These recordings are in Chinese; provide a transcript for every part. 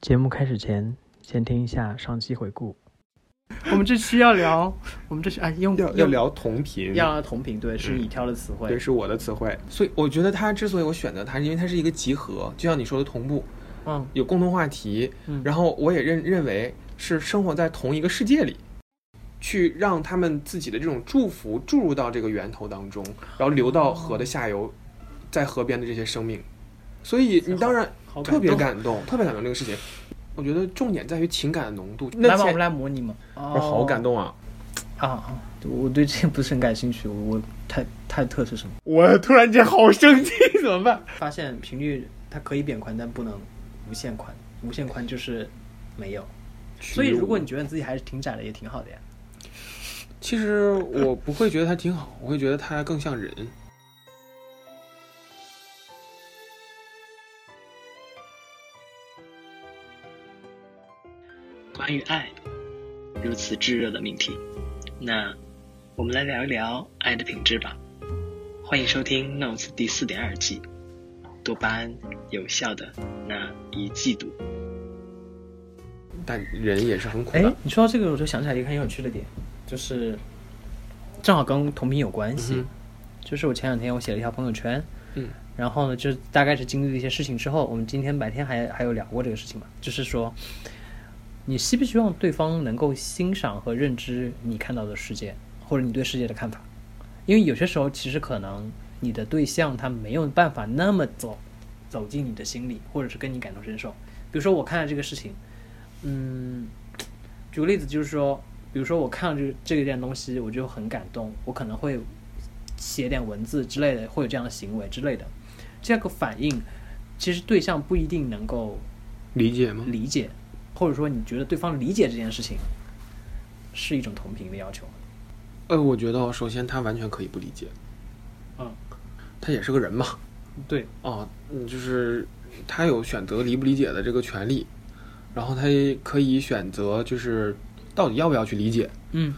节目开始前，先听一下上期回顾。 我们这期要聊，我们这期哎用要要用聊同频，要聊同频，对，是你挑的词汇，对，是我的词汇。所以我觉得它之所以我选择它，是因为它是一个集合，就像你说的同步，嗯有共同话题，嗯然后我也认认为是生活在同一个世界里，去让他们自己的这种祝福注入到这个源头当中，然后流到河的下游，在河边的这些生命。所以你当然好特别感感动，特别感动这个事情。我觉得重点在于情感的浓度。哦动。来那吧，我前们来模拟嘛。哦不是好感动啊！啊啊！我对这不是很感兴趣，我我泰泰特是什么？我突然间好生气，怎么办？发现频率它可以变宽，但不能无限宽，无限宽就是没有。所以如果你觉得自己还是挺窄的，也挺好的呀。其实我不会觉得它挺好，我会觉得它更像人。关于爱，如此炙热的命题。那我们来聊一聊爱的品质吧。欢迎收听 Notes 第四点二季，多巴胺有效的那一季度。但人也是很苦哎的。，你说到这个，我就想起来一个很有趣的点，就是正好跟同频有关系。嗯就是我前两天我写了一条朋友圈，嗯，然后呢，就大概是经历了一些事情之后，我们今天白天还还有聊过这个事情嘛，就是说，你希不希望对方能够欣赏和认知你看到的世界，或者你对世界的看法？因为有些时候其实可能你的对象他没有办法那么走走进你的心里，或者是跟你感同身受。比如说我看了这个事情，嗯，举个例子就是说，比如说我看了这这一件东西，我就很感动，我可能会写点文字之类的，会有这样的行为之类的。这个反应，其实对象不一定能够理解吗？理解，或者说你觉得对方理解这件事情，是一种同频的要求。呃，我觉得首先他完全可以不理解，嗯，他也是个人嘛，对，啊，嗯就是他有选择理不理解的这个权利，然后他也可以选择就是到底要不要去理解。嗯。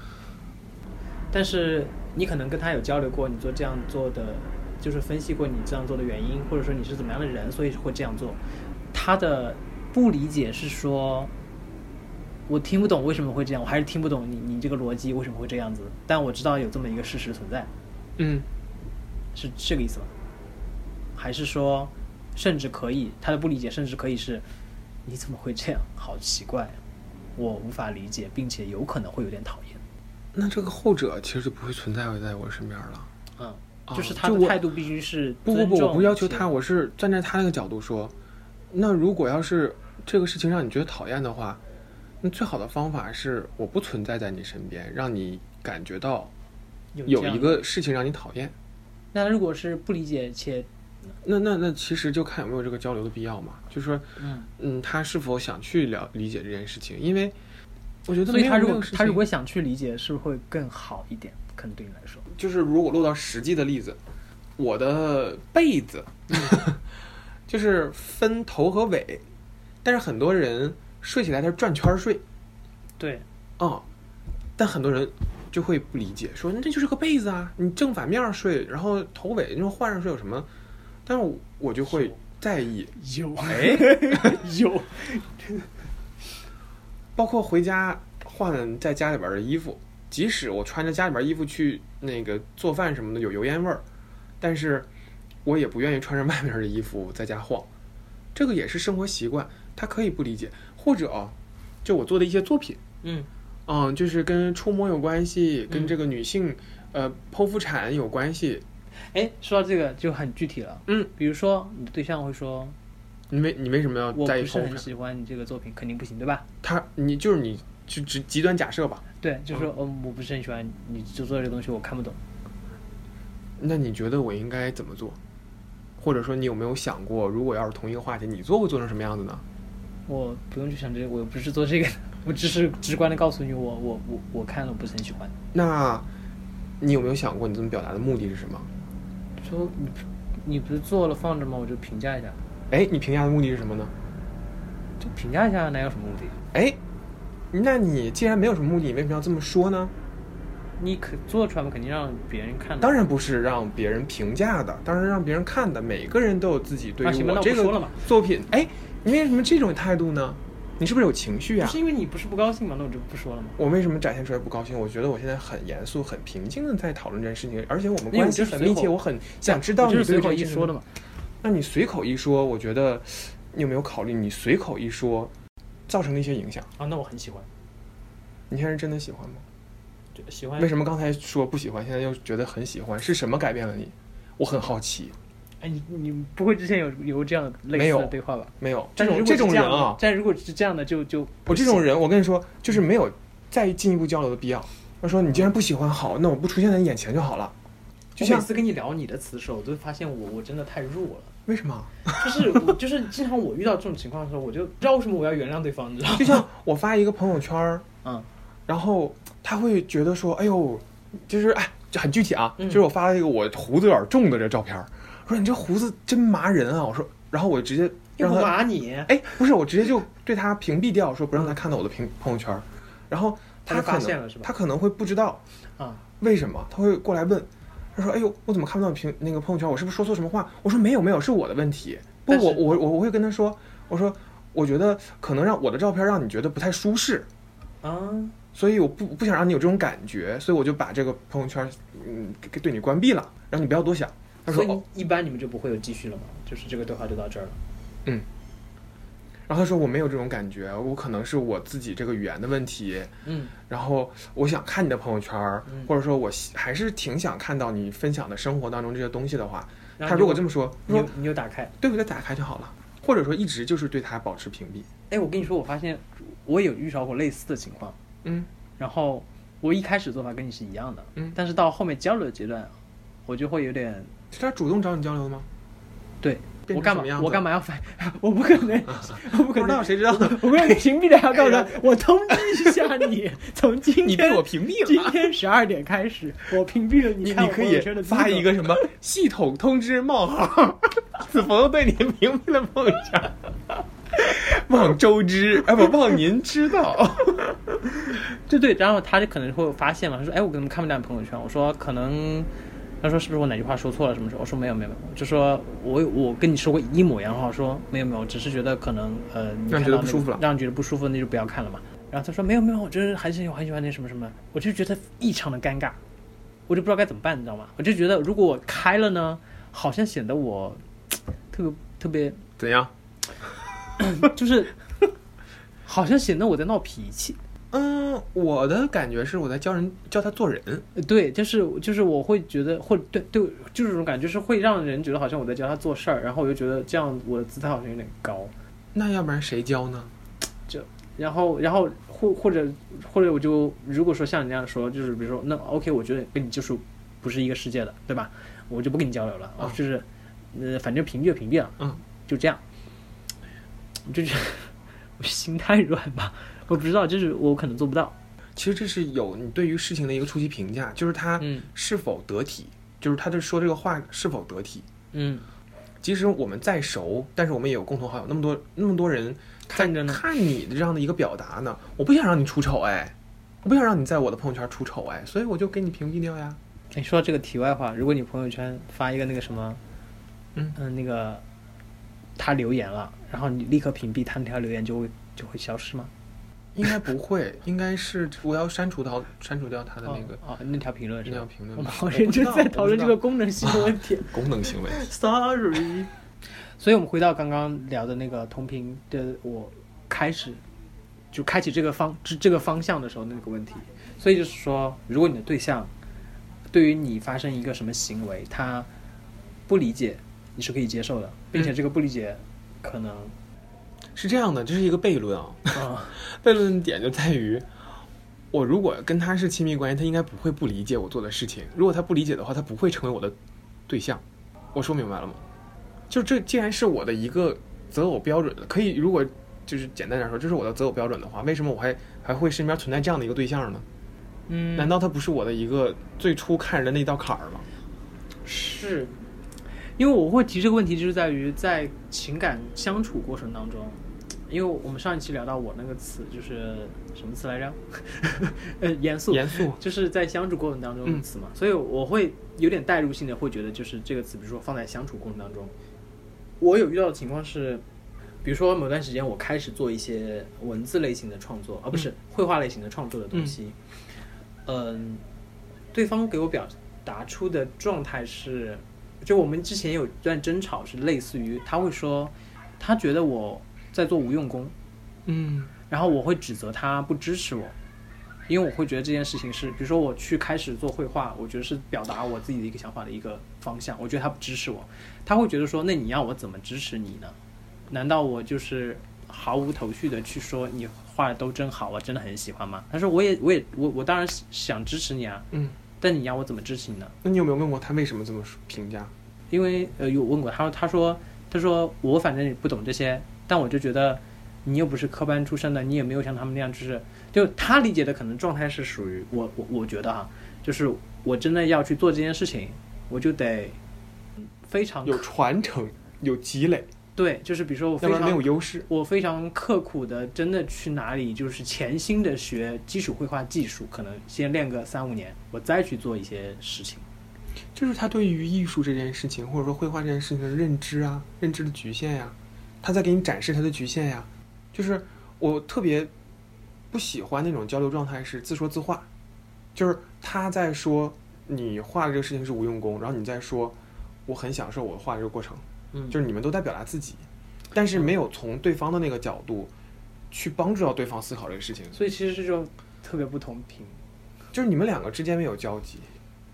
但是你可能跟他有交流过，你做这样做的，就是分析过你这样做的原因，或者说你是怎么样的人，所以会这样做。他的不理解是说，我听不懂为什么会这样，我还是听不懂你你这个逻辑为什么会这样子。但我知道有这么一个事实存在，嗯，是这个意思吗？还是说，甚至可以他的不理解，甚至可以是，你怎么会这样？好奇怪、啊，我无法理解，并且有可能会有点讨厌。那这个后者其实就不会存在在我身边了。嗯，啊就是他就的我态度必须是不不不，尊重我不要求他，且我是站在他那个角度说，那如果要是这个事情让你觉得讨厌的话，那最好的方法是我不存在在你身边，让你感觉到有这样一。个事情让你讨厌。那如果是不理解且那那那其实就看有没有这个交流的必要嘛，就是说，嗯，嗯，他是否想去了理解这件事情，因为我觉得所以没有他如没果有事情他如果想去理解，是不是会更好一点？可能对你来说，就是如果落到实际的例子，我的被子就是分头和尾，但是很多人睡起来他是转圈儿睡对，啊、但很多人就会不理解，说那这就是个被子啊，你正反面儿睡，然后头尾那种换上睡有什么？但是我我就会在意，有哎 有，包括回家换在家里边儿的衣服，即使我穿着家里边儿衣服去那个做饭什么的有油烟味儿，但是我也不愿意穿着外面的衣服在家晃。这个也是生活习惯，他可以不理解，或者啊，就我做的一些作品，嗯嗯，就是跟触摸有关系，嗯跟这个女性呃剖腹产有关系。哎，说到这个就很具体了，嗯，比如说你的对象会说，你为你为什么要我在意不是剖腹很产？喜欢你这个作品，肯定不行，对吧？他你就是你就极极端假设吧，对，就说嗯，我不是很喜欢你就做这个东西，我看不懂。那你觉得我应该怎么做？或者说，你有没有想过，如果要是同一个话题，你做会做成什么样子呢？我不用去想这个，我又不是做这个的，我只是直观的告诉你，我我我我看了不是很喜欢。那，你有没有想过，你这么表达的目的是什么？说你不你不是做了放着吗？我就评价一下，哎，你评价的目的是什么呢？就评价一下，哪有什么目的？哎，那你既然没有什么目的，你为什么要这么说呢？你可做出来嘛，肯定让别人看到。当然不是让别人评价的，当然让别人看的。每个人都有自己对啊行于吧那我我这不说了个吧作品，哎，你为什么这种态度呢？你是不是有情绪啊不呀、是因为你不是不高兴吗？那我就不说了嘛。我为什么展现出来不高兴？我觉得我现在很严肃、很平静的在讨论这件事情，而且我们因为我关系就是很随密切，口我很想知道我你就是对随这口件一事情说的嘛。那你随口一说，我觉得你有没有考虑你随口一说造成的一些影响？啊，那我很喜欢，你现在是真的喜欢吗？就喜欢为什么刚才说不喜欢，现在又觉得很喜欢？是什么改变了你？我很好奇。哎，你你不会之前有有过这样的没类似有的对话吧？没有但这是种如果是这种样人的啊，但如果是这样的，就就我这种人，我跟你说，就是没有再进一步交流的必要。他说：“你既然不喜欢，好，那我不出现在你眼前就好了。”就我每像次跟你聊你的词的时候，我都发现我我真的太弱了。为什么？啊就是我 就是经常我遇到这种情况的时候，我就不知道为什么我要原谅对方，你知道吗？ 就像我发一个朋友圈儿，嗯，然后他会觉得说：“哎呦，就是哎，这很具体啊，嗯就是我发了一个我胡子有点重的这照片儿，说你这胡子真麻人啊。”我说，然后我直接又让不他骂你，哎，不是，我直接就对他屏蔽掉，说不让他看到我的朋朋友圈儿，然后他他就发可能现了是吧他可能会不知道啊，为什么他会过来问，他说：“哎呦，我怎么看不到你屏那个朋友圈？我是不是说错什么话？”我说：“没有，没有，是我的问题。不，但是我我我我会跟他说，我说我觉得可能让我的照片让你觉得不太舒适，啊，所以我不不想让你有这种感觉，所以我就把这个朋友圈嗯给给对你关闭了，然后你不要多想。”他所说：“以哦。你一般你们就不会有继续了嘛？就是这个对话就到这儿了。然后他说：“我没有这种感觉，我可能是我自己这个语言的问题。”嗯，然后我想看你的朋友圈儿，嗯或者说我希还是挺想看到你分享的生活当中这些东西的话，然后他你如果就这么说，你说有你有打开，对我就打开就好了，或者说一直就是对他保持屏蔽。哎，我跟你说，我发现我也有遇到过类似的情况，嗯，然后我一开始做法跟你是一样的，嗯但是到后面交流的阶段，我就会有点是他主动找你交流的吗？对变成我干什么样嘛子我干嘛要反， 我不可能， 我啊不不可知道能。谁知道？我不让你屏蔽的，还告诉他，我通知一下 哎你，从今天你被我屏蔽今了。天十二点开始，我屏蔽了你你看你我可朋以友圈的资格发一个什么系统通知冒号，此朋友对你屏蔽了朋友圈，望周知，哎不，望您知道。对对，然后他就可能会发现嘛，他说：“哎，我怎么看不到你朋友圈？”我说：“可能。”他说：“是不是我哪句话说错了什么时候？”我说：“没有没有没有，就说我我跟你说过一模一样的话，我说没有没有，只是觉得可能呃，你看让你觉得到不那舒个服了让你觉得不舒服，那就不要看了嘛。”然后他说：“没有没有，我就是还是我很喜欢那什么什么，我就觉得异常的尴尬，我就不知道该怎么办，你知道吗？我就觉得如果我开了呢，好像显得我特别特别怎样？就是，好像显得我在闹脾气。嗯，我的感觉是我在教人教他做人。呃对，就是就是我会觉得，或对对，就是这种感觉，就是会让人觉得好像我在教他做事儿，然后我就觉得这样我的姿态好像有点高，那要不然谁教呢？然后然后或或者或者我就如果说像你那样说，就是比如说那 OK，我觉得跟你就是不是一个世界的，对吧？我就不跟你交流了，嗯啊，就是呃，反正屏蔽就屏蔽了，嗯，就这样， 我就是 我心太软吧，我不知道，就是我可能做不到，其实这是有你对于事情的一个初级评价，就是他嗯是否得体，就是他这说这个话是否得体。嗯，即使我们再熟，但是我们也有共同好友，那么多那么多人在看着呢看你的这样的一个表达呢，我不想让你出丑哎，我不想让你在我的朋友圈出丑哎，所以我就给你屏蔽掉呀。你哎说到这个题外话，如果你朋友圈发一个那个什么，呃嗯那个他留言了，然后你立刻屏蔽他那条留言，就会就会消失吗？应该 不会，应该是我要删除掉删除掉他的那个哦哦那条评论那是条吧？评论我们吧。好认真在讨论这个功能性的问题。功能行为， Sorry，所以我们回到刚刚聊的那个同频的，我开始就开启这个方这这个方向的时候那个问题。所以就是说，如果你的对象对于你发生一个什么行为，他不理解，你是可以接受的，并且这个不理解可能是这样的，这是一个悖论啊。啊、悖论点就在于，我如果跟他是亲密关系，他应该不会不理解我做的事情。如果他不理解的话，他不会成为我的对象。我说明白了吗？就这既然是我的一个择偶标准，可以如果就是简单点说，这是我的择偶标准的话，为什么我还还会身边存在这样的一个对象呢？嗯，难道他不是我的一个最初看人的那道坎儿吗？是，因为我会提这个问题，就是在于在情感相处过程当中，因为我们上一期聊到我那个词就是什么词来着？ 呃，严肃，严肃就是在相处过程当中的嗯词嘛，所以我会有点代入性的会觉得，就是这个词，比如说放在相处过程当中，我有遇到的情况是，比如说某段时间我开始做一些文字类型的创作，而、啊不是绘画类型的创作的东西，嗯，对方给我表达出的状态是，就我们之前有一段争吵是类似于他会说，他觉得我在做无用功，嗯然后我会指责他不支持我，因为我会觉得这件事情是，比如说我去开始做绘画，我觉得是表达我自己的一个想法的一个方向，我觉得他不支持我，他会觉得说，那你要我怎么支持你呢？难道我就是毫无头绪的去说你画的都真好，我真的很喜欢吗？他说我也我也我我当然想支持你啊，嗯，但你要我怎么支持你呢？那你有没有问过他为什么这么说评价？因为呃有问过他，他说他说我反正也不懂这些，但我就觉得你又不是科班出身的，你也没有像他们那样，就是就他理解的可能状态是属于我我我觉得哈、就是我真的要去做这件事情，我就得嗯非常有传承，有积累，对，就是比如说我非要不然没有常优势。我非常刻苦的，真的去哪里就是潜心的学基础绘画技术，可能先练个三五年，我再去做一些事情。就是他对于艺术这件事情，或者说绘画这件事情的认知啊，认知的局限呀、他在给你展示他的局限呀、就是我特别不喜欢那种交流状态是自说自话，就是他在说你画的这个事情是无用功，然后你在说我很享受我画这个过程，嗯就是你们都在表达自己，但是没有从对方的那个角度去帮助到对方思考这个事情，所以其实这就特别不同频。就是你们两个之间没有交集，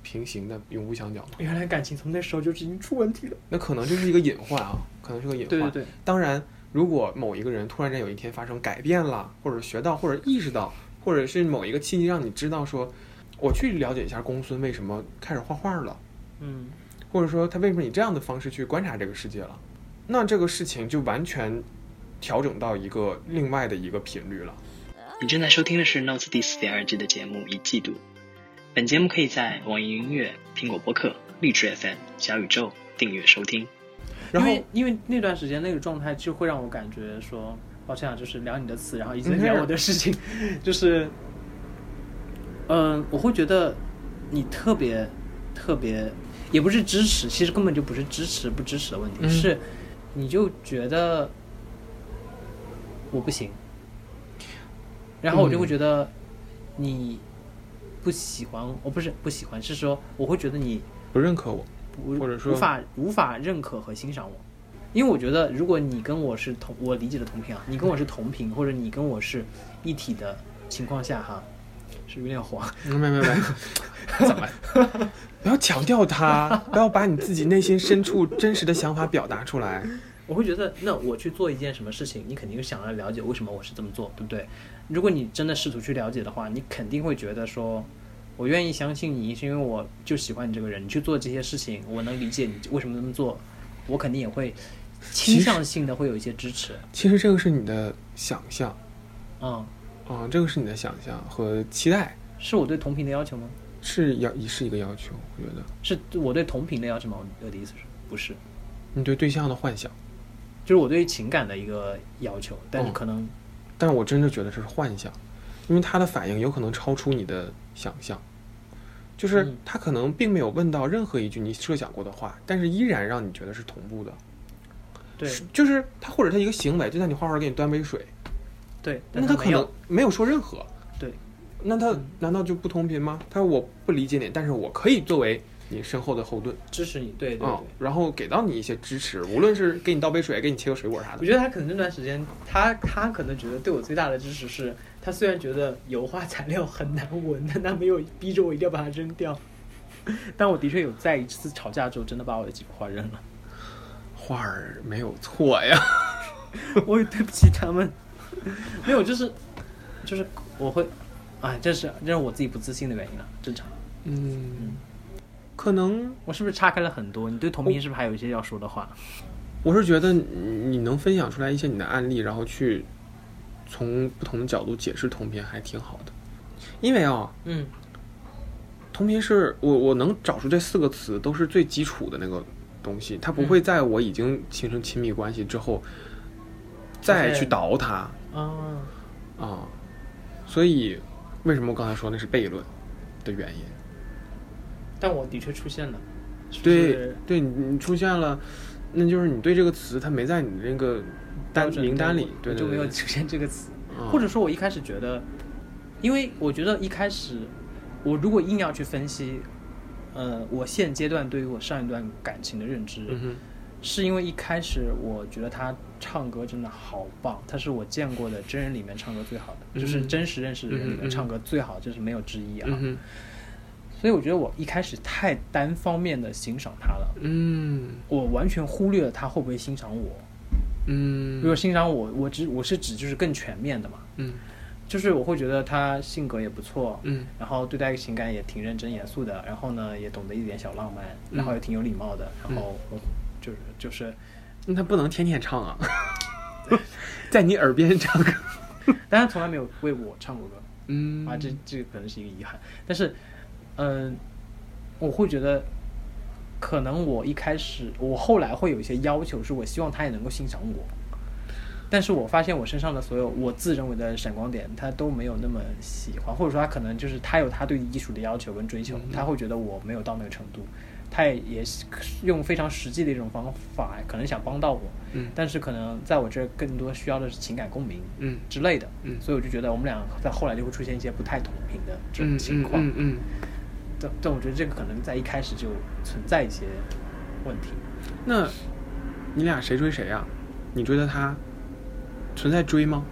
平行的永不相交嘛。原来感情从那时候就已经出问题了。那可能这是一个隐患啊，可能是个隐患。对对对，当然，如果某一个人突然间有一天发生改变了，或者学到，或者意识到，或者是某一个契机让你知道说，我去了解一下公孙为什么开始画画了，嗯，或者说他为什么以这样的方式去观察这个世界了，那这个事情就完全调整到一个另外的一个频率了。你正在收听的是《Notes》第四点二季的节目《一季度》。本节目可以在网易云音乐、苹果播客、荔枝 FM、小宇宙订阅收听。然后因为因为那段时间那个状态就会让我感觉说，抱歉啊，就是聊你的词，然后已经在聊我的事 情，就是，嗯、我会觉得你特别特别，也不是支持，其实根本就不是支持不支持的问题，嗯是你就觉得我不行，然后我就会觉得你不喜欢，我不是不喜欢，是说我会觉得你不认可我，无或者说无法无法认可和欣赏我，因为我觉得如果你跟我是同我理解的同频啊，你跟我是同频，或者你跟我是一体的情况下哈，是有点黄，没没没， 怎么？ 不要强调它，不要把你自己内心深处真实的想法表达出来。我会觉得那我去做一件什么事情，你肯定想要了解为什么我是这么做，对不对？如果你真的试图去了解的话，你肯定会觉得说。我愿意相信你，是因为我就喜欢你这个人。你去做这些事情，我能理解你为什么这么做，我肯定也会倾其实向性的会有一些支持。其实这个是你的想象。嗯，啊、这个是你的想象和期待，是我对同频的要求吗？是要是一个要求。我觉得是我对同频的要求吗？我的意思是不是？你对对象的幻想，就是我对情感的一个要求，但是嗯可能但是我真的觉得这是幻想，因为他的反应有可能超出你的想象，就是嗯他可能并没有问到任何一句你设想过的话，但是依然让你觉得是同步的。对是，就是他或者他一个行为，就像你画画给你端杯水，对，但那他没可有能没有说任何，对，那他难道就不同频吗？他说我不理解你，但是我可以作为你身后的后盾。支持你，对对对。嗯，然后给到你一些支持，无论是给你倒杯水，给你切个水果啥我的。觉得他可能那段时间，他他可能觉得对我最大的支持是，他虽然觉得油画材料很难闻，但他没有逼着我一定要把它扔掉。 但我的确有在一次吵架之后，真的把我的几幅画扔了，画儿没有错呀， 我也对不起他们。 没有，就是就是我会，哎，这是这是我自己不自信的原因了，啊正常。嗯，可能我是不是岔开了很多？你对同频是不是还有一些要说的话？我是觉得你你能分享出来一些你的案例，然后去从不同的角度解释同频还挺好的。因为啊、嗯，同频是我我能找出这四个词都是最基础的那个东西，它不会在我已经形成亲密关系之后再去倒它啊、啊，所以为什么我刚才说那是悖论的原因？但我的确出现了，是不对是？对，你你出现了，那就是你对这个词它没在你那个单标准名单里，我对就没有对出现这个词。嗯或者说，我一开始觉得，因为我觉得一开始，我如果硬要去分析，呃，我现阶段对于我上一段感情的认知，嗯哼，是因为一开始我觉得他唱歌真的好棒，他是我见过的真人里面唱歌最好的，嗯就是真实认识的人里嗯嗯面嗯唱歌最好，就是没有之一啊。嗯哼，所以我觉得我一开始太单方面的欣赏他了，嗯我完全忽略了他会不会欣赏我。嗯，如果欣赏我，我只我是指就是更全面的嘛，嗯就是我会觉得他性格也不错，嗯然后对待情感也挺认真严肃的，然后呢也懂得一点小浪漫，嗯然后也挺有礼貌的，然后我就是就是，那他不能天天唱啊，在你耳边唱歌，但他从来没有为我唱过歌嗯啊，这这可能是一个遗憾，但是，嗯、我会觉得，可能我一开始我后来会有一些要求，是我希望他也能够欣赏我，但是我发现我身上的所有我自认为的闪光点，他都没有那么喜欢，或者说他可能就是他有他对艺术的要求跟追求，嗯他会觉得我没有到那个程度，他也也是用非常实际的一种方法，可能想帮到我，嗯但是可能在我这儿更多需要的是情感共鸣，嗯之类的，嗯所以我就觉得我们俩在后来就会出现一些不太同频的这种嗯情嗯况，嗯嗯，但但我觉得这个可能在一开始就存在一些问题，那你俩谁追谁啊？你追的他，存在追吗？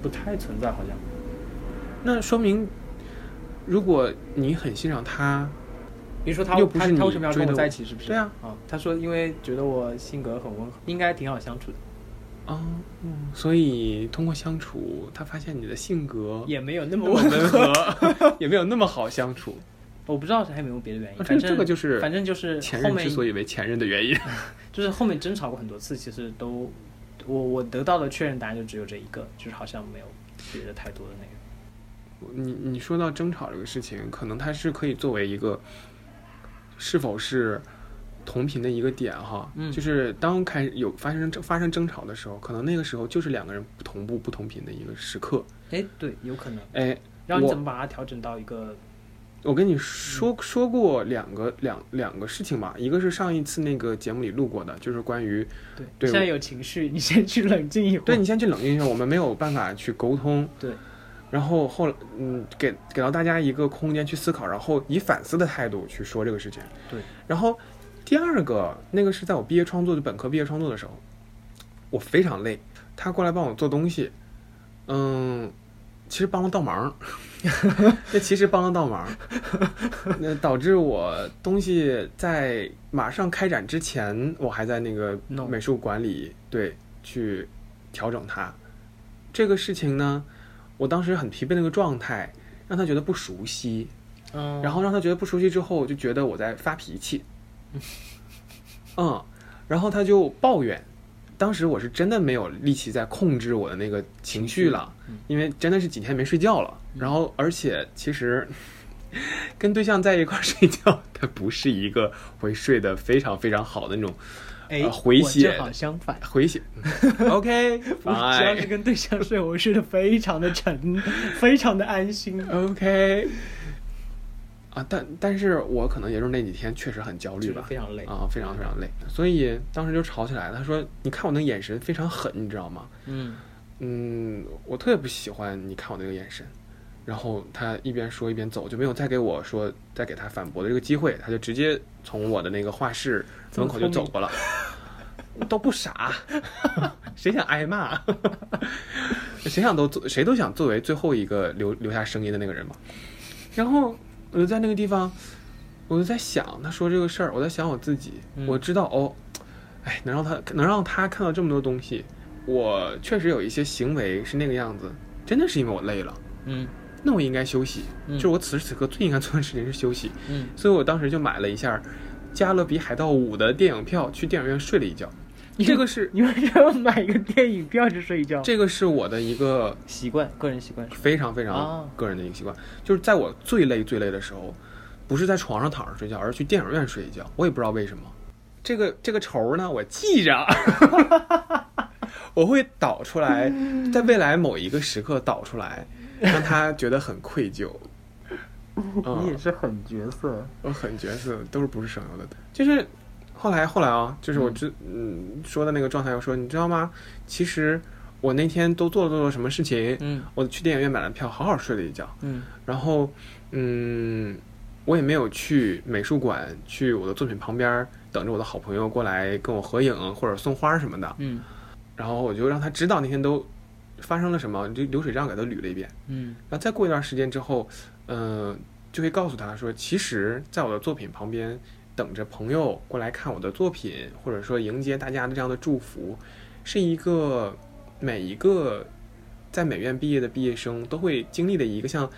不太存在好像。那说明，如果你很欣赏他，比如说他又不是他你他为什么要追跟的我我在一起？是不是？对啊。他说因为觉得我性格很温和，应该挺好相处的，哦，所以通过相处，他发现你的性格也没有那么那么温温和。和， 也没有那么好相处。我不知道还有没有别的原因，啊反这正这个就是反正就是前后任面之所以为前任的原因，就是后面争吵过很多次，其实都我我得到的确认答案就只有这一个，就是好像没有别的太多的那个。你你说到争吵这个事情，可能它是可以作为一个是否是同频的一个点哈，嗯就是当开始有发生争发生争吵的时候，可能那个时候就是两个人不同步不同频的一个时刻。哎，对，有可能。哎，然后你我怎么把它调整到一个我跟你说说过两个两两个事情吧，一个是上一次那个节目里录过的，就是关于对？对现在我有情绪，你 先去冷静一会儿。对你先去冷静一下，我们没有办法去沟通，对，然后后来嗯给给到大家一个空间去思考，然后以反思的态度去说这个事情。对，然后第二个那个是在我毕业创作，就本科毕业创作的时候，我非常累，他过来帮我做东西，嗯，其实帮了倒 忙，这其实帮了倒忙，那导致我东西在马上开展之前，我还在那个弄美术馆里对去调整它。这个事情呢，我当时很疲惫的一个状态，让他觉得不熟悉，嗯，然后让他觉得不熟悉之后，就觉得我在发脾气，嗯，然后他就抱怨。当时我是真的没有力气再控制我的那个情绪了，嗯因为真的是几天没睡觉了。然后，而且其实跟对象在一块儿睡觉，它不是一个会睡得非常非常好的那种哎、呃回我血哎正好相反。回 血。OK，我只要是 fine 跟对象睡，我睡得非常的沉， 非常的安心。哎 OK。啊，但但是我可能也就是那几天确实很焦虑就是吧，非常累啊，非常非常累，所以当时就吵起来了。他说：“你看我那眼神非常狠，你知道吗？嗯，嗯，我特别不喜欢你看我那个眼神。”然后他一边说一边走，就没有再给我说再给他反驳的这个机会，他就直接从我的那个画室这门么口就聪走明过了。都不傻， 谁想挨骂？ 谁想都做，谁都想作为最后一个留留下声音的那个人嘛。然后我就在那个地方，我就在想他说这个事儿，我在想我自己，嗯我知道哦，哎，能让他能让他看到这么多东西，我确实有一些行为是那个样子，真的是因为我累了。嗯那我应该休息，嗯就是我此时此刻最应该做的事情是休息，嗯，所以我当时就买了一下《加勒比海盗五》的电影票，去电影院睡了一觉。这个是你为什么买一个电影票去睡觉？这个是我的一个习惯，个人习惯是吧。非常非常啊个人的一个习惯，就是在我最累最累的时候，不是在床上躺着睡觉，而是去电影院睡一觉。我也不知道为什么，这个这个仇呢，我记着， 我会导出来，在未来某一个时刻导出来，让他觉得很 愧疚。嗯是很角色，哦我很角色都是不是省油的，就是后来后来啊，就是我之嗯说的那个状态，我说你知道吗？其实我那天都做了做了什么事情，嗯我去电影院买了票，好好睡了一觉，嗯然后嗯，我也没有去美术馆，去我的作品旁边儿等着我的好朋友过来跟我合影或者送花什么的，嗯然后我就让他知道那天都发生了什么，就流水账给他捋了一遍。嗯然后再过一段时间之后，嗯、就会告诉他说，其实在我的作品旁边等着朋友过来看我的作品，或者说迎接大家的这样的祝福，是一个每一个在美院毕业的毕业生都会经历的一个像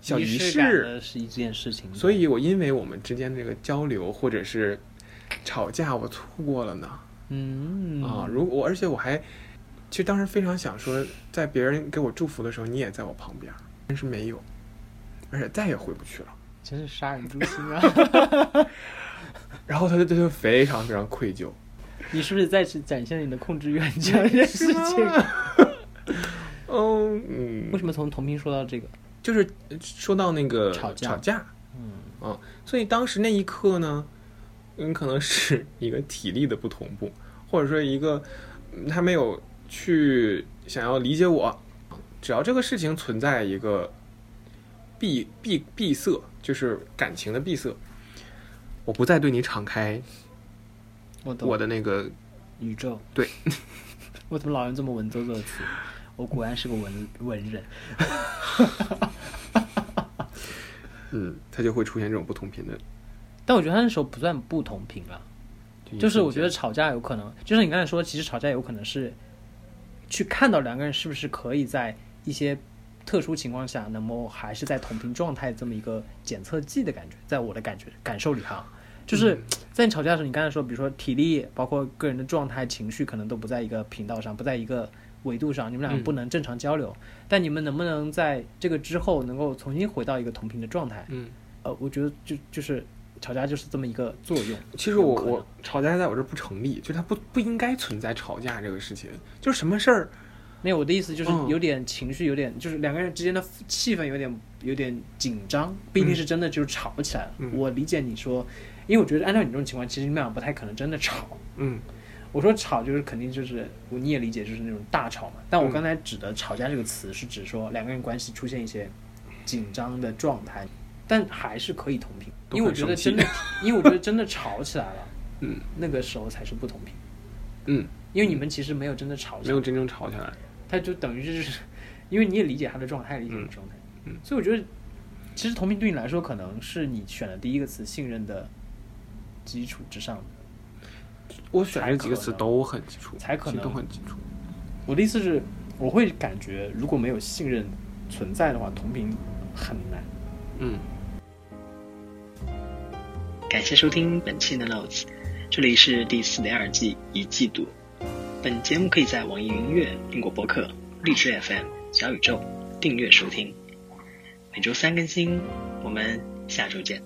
小仪式感的嗯是一件事情，所以我因为我们之间这个交流或者是吵架，我错过了呢。嗯啊，如果而且我还，其实当时非常想说，在别人给我祝福的时候，你也在我旁边儿，但是没有，而且再也回不去了。真是杀人诛心啊！然后他就他就非常非常愧疚，你是不是在此展现了你的控制欲很强这件事情？ 嗯嗯，为什么从同频说到这个？就是说到那个吵架架，嗯所以当时那一刻呢，嗯，可能是一个体力的不同步，或者说一个嗯他没有去想要理解我，只要这个事情存在一个闭闭闭塞，就是感情的闭塞，我不再对你敞开我懂我的那个宇宙。 对，我怎么老用这么文绉绉的词？我果然是个文文人。嗯，它就会出现这种不同频的，但我觉得他那时候不算不同频啊了，就是我觉得吵架有可能，就像你刚才说，其实吵架有可能是去看到两个人是不是可以在一些特殊情况下，能够还是在同频状态这么一个检测剂的感觉，在我的感觉感受里哈，就是嗯在你吵架的时候，你刚才说，比如说体力，包括个人的状态、情绪，可能都不在一个频道上，不在一个维度上，你们两嗯个不能正常交流，但你们能不能在这个之后能够重新回到一个同频的状态？嗯，呃，我觉得就就是吵架就是这么一个作用。其实有我可能我吵架在我这儿不成立，就是它不不应该存在吵架这个事情，就是什么事儿没有，我的意思就是嗯有点情绪，有点就是两个人之间的气氛有点有点紧张，不一定是真的就是吵起来了。嗯我理解你说，因为我觉得按照你这种情况，其实你们俩不太可能真的吵。嗯，我说吵就是肯定就是我你也理解就是那种大吵嘛，但嗯我刚才指的吵架这个词是指说两个人关系出现一些紧张的状态，但还是可以同频，都因为我很觉得生真气的，因为我觉得真的吵起来了， 嗯，那个时候才是不同频，嗯，因为你们其实没有真的吵起来，没有真正吵起来。他就等于是，因为你也理解他的状态，理解你的状态，嗯所以我觉得，其实同频对你来说可能是你选的第一个词信任的基础之上的。我选这几个词都很基础，才可能其实都很基础。我的意思是，我会感觉如果没有信任存在的话，同频很难。嗯，感谢收听本期的 Notes，这里是第四点二季一季度。本节目可以在网易云音乐、苹果播客、荔枝 FM、小宇宙订阅收听，每周三更新。我们下周见。